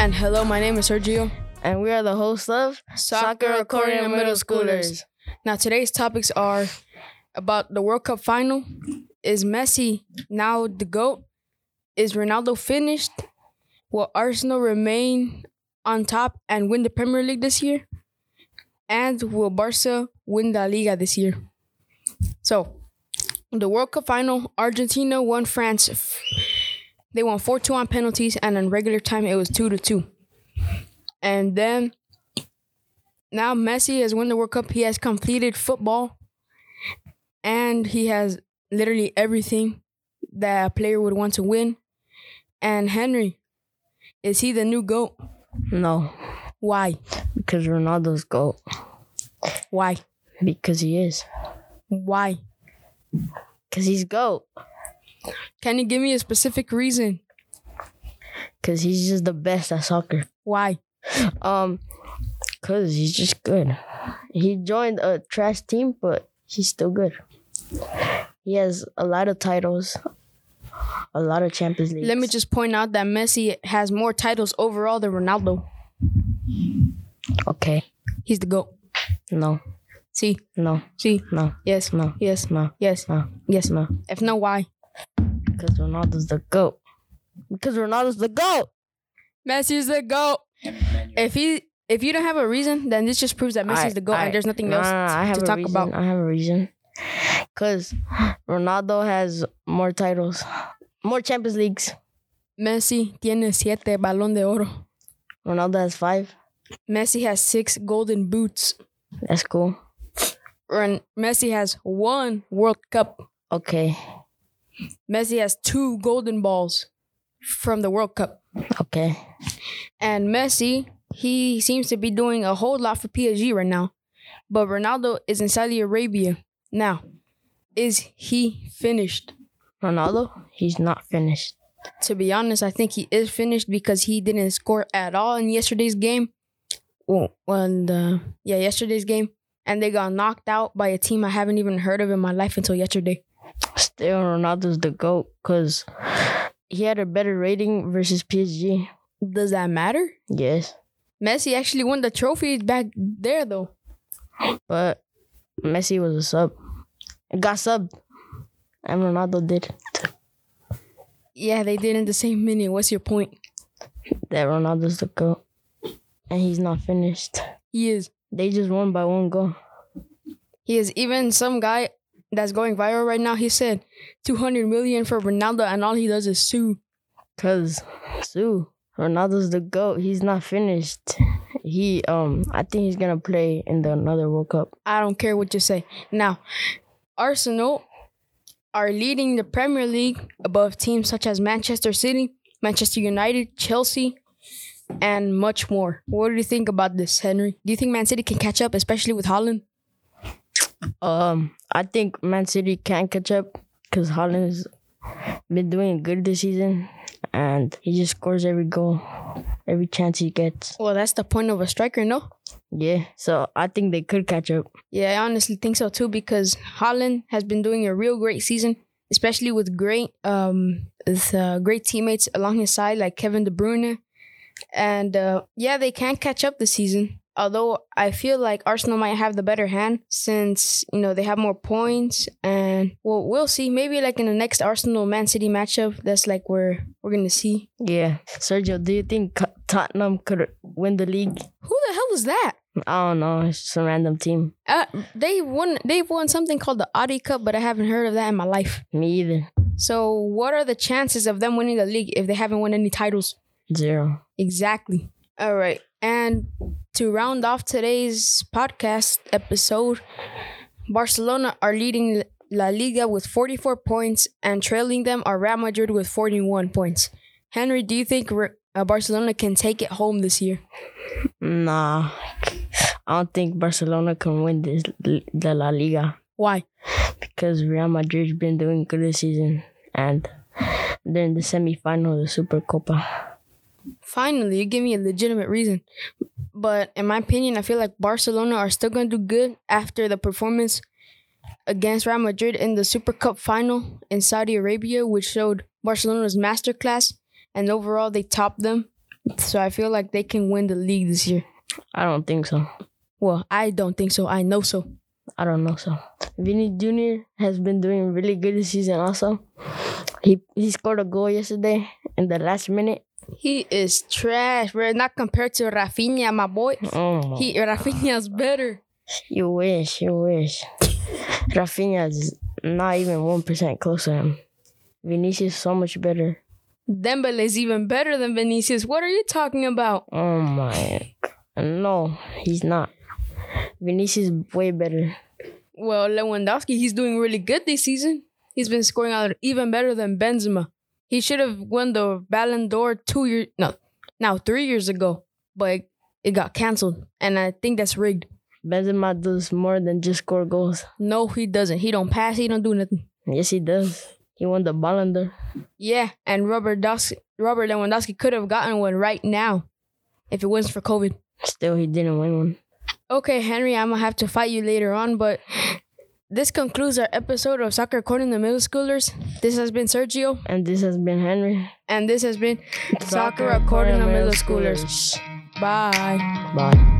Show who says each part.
Speaker 1: And hello, my name is Sergio.
Speaker 2: and we are the hosts of
Speaker 1: Now, today's topics are about the World Cup final. Is Messi now the GOAT? Is Ronaldo finished? Will Arsenal remain on top and win the Premier League this year? And will Barca win La Liga this year? So, the World Cup final, Argentina won France. f- They won 4 2 on penalties, and in regular time, it was 2 2. And then now Messi has won the World Cup. He has completed football and he has literally everything that a player would want to win. And Henry, is he the new GOAT?
Speaker 2: No,
Speaker 1: Why?
Speaker 2: because Ronaldo's GOAT.
Speaker 1: Why?
Speaker 2: Because he is.
Speaker 1: Why?
Speaker 2: Because he's GOAT.
Speaker 1: Can you give me a specific reason?
Speaker 2: Because he's just the best at soccer.
Speaker 1: Why?
Speaker 2: Um, Because he's just good. He joined a trash team, but he's still good. He has a lot of titles, a lot of Champions League.
Speaker 1: Let me just point out that Messi has more titles overall than Ronaldo.
Speaker 2: Okay.
Speaker 1: He's the GOAT.
Speaker 2: No,
Speaker 1: See,
Speaker 2: no,
Speaker 1: see,
Speaker 2: no,
Speaker 1: yes,
Speaker 2: no,
Speaker 1: yes,
Speaker 2: no,
Speaker 1: yes,
Speaker 2: no,
Speaker 1: yes.
Speaker 2: no.
Speaker 1: If not, why?
Speaker 2: Because Ronaldo's the GOAT. Because Ronaldo's the GOAT.
Speaker 1: Messi's the goat. If he if you don't have a reason, then this just proves that Messi's
Speaker 2: I-
Speaker 1: the goat
Speaker 2: I-
Speaker 1: and uh, there's nothing
Speaker 2: No,
Speaker 1: else
Speaker 2: no, no, I
Speaker 1: to-
Speaker 2: have
Speaker 1: to
Speaker 2: a
Speaker 1: talk
Speaker 2: reason.
Speaker 1: about.
Speaker 2: I have a reason. Because Ronaldo has more titles, more Champions Leagues.
Speaker 1: Messi tiene siete balón de oro.
Speaker 2: Ronaldo has five.
Speaker 1: Messi has six golden boots.
Speaker 2: That's cool.
Speaker 1: And Messi has one World Cup.
Speaker 2: Okay.
Speaker 1: Messi has two golden balls from the World Cup.
Speaker 2: Okay.
Speaker 1: And Messi, he seems to be doing a whole lot for PSG right now. But Ronaldo is in Saudi Arabia. Now, is he finished?
Speaker 2: Ronaldo, he's not finished.
Speaker 1: to be honest, I think he is finished because he didn't score at all in yesterday's game. Well, and uh, yeah, yesterday's game, and they got knocked out by a team I haven't even heard of in my life until yesterday.
Speaker 2: Still, Ronaldo's the GOAT because he had a better rating versus PSG.
Speaker 1: Does that matter?
Speaker 2: Yes.
Speaker 1: Messi actually won the trophy back there though.
Speaker 2: But Messi was a sub. Got subbed. And Ronaldo did.
Speaker 1: Yeah, they did in the same minute. What's your point?
Speaker 2: That Ronaldo's the GOAT. And he's not finished.
Speaker 1: He is.
Speaker 2: They just won by one goal.
Speaker 1: He is even some guy that's going viral right now. He said 200 million for Ronaldo, and all he does is sue.
Speaker 2: Cause Sue, Ronaldo's the GOAT. He's not finished. He um I think he's gonna play in the another World Cup.
Speaker 1: I don't care what you say. Now, Arsenal are leading the Premier League above teams such as Manchester City, Manchester United, Chelsea, and much more. What do you think about this, Henry? Do you think Man City can catch up, especially with Holland?
Speaker 2: Um I think Man City can catch up because Holland's been doing good this season and he just scores every goal, every chance he gets.
Speaker 1: Well, that's the point of a striker, no?
Speaker 2: Yeah. So I think they could catch up.
Speaker 1: Yeah, I honestly think so too because Holland has been doing a real great season, especially with great um with, uh, great teammates along his side like Kevin De Bruyne, and uh, yeah, they can catch up this season. Although I feel like Arsenal might have the better hand since you know they have more points, and well, we'll see. Maybe like in the next Arsenal Man City matchup, that's like where we're gonna see
Speaker 2: Yeah. Sergio, do you think Co- Tottenham could win the league?
Speaker 1: who the hell is that.
Speaker 2: I don't know. It's just a random team.
Speaker 1: Uh, they won. They've won something called the Audi Cup, but I haven't heard of that in my life.
Speaker 2: Me either.
Speaker 1: So, what are the chances of them winning the league if they haven't won any titles?
Speaker 2: Zero.
Speaker 1: Exactly. All right. And to round off today's podcast episode, Barcelona are leading La Liga with 44 points, and trailing them are Real Madrid with 41 points. Henry, do you think Re- uh, Barcelona can take it home this year?
Speaker 2: Nah, I don't think Barcelona can win this the La Liga
Speaker 1: Why?
Speaker 2: because Real Madrid's been doing good this season and they're in the semifinal of the Super Copa.
Speaker 1: Finally, you give me a legitimate reason. But in my opinion, I feel like Barcelona are still going to do good after the performance against Real Madrid in the Super Cup final in Saudi Arabia, which showed Barcelona's masterclass. And overall, they topped them So I feel like they can win the league this year.
Speaker 2: I don't think so.
Speaker 1: Well, I don't think so. I know so.
Speaker 2: I don't know. So Vinny Jr. has been doing really good this season. Also, he he scored a goal yesterday in the last minute.
Speaker 1: He is trash. We're not compared to Rafinha, my boy.
Speaker 2: Oh,
Speaker 1: He Rafinha's better.
Speaker 2: you wish, you wish. Rafinha is not even one percent close to him. Vinicius is so much better.
Speaker 1: Dembele's even better than Vinicius. What are you talking about?
Speaker 2: Oh my, no, he's not. Vinicius is way better.
Speaker 1: Well, Lewandowski, he's doing really good this season. He's been scoring out even better than Benzema. He should have won the Ballon d'Or two years, no, now three years ago, but it, it got canceled, and I think that's rigged.
Speaker 2: Benzema does more than just score goals.
Speaker 1: No, he doesn't. He don't pass. He don't do nothing.
Speaker 2: Yes, he does. He won the Ballon d'Or.
Speaker 1: Yeah, and Robert Dos- Robert Lewandowski could have gotten one right now if it wasn't for COVID.
Speaker 2: Still, he didn't win one.
Speaker 1: Okay, Henry, I'm gonna have to fight you later on, but this concludes our episode of Soccer According to Middle Schoolers. This has been Sergio,
Speaker 2: And this has been Henry.
Speaker 1: and this has been Soccer According to Middle Schoolers. Bye.
Speaker 2: Bye.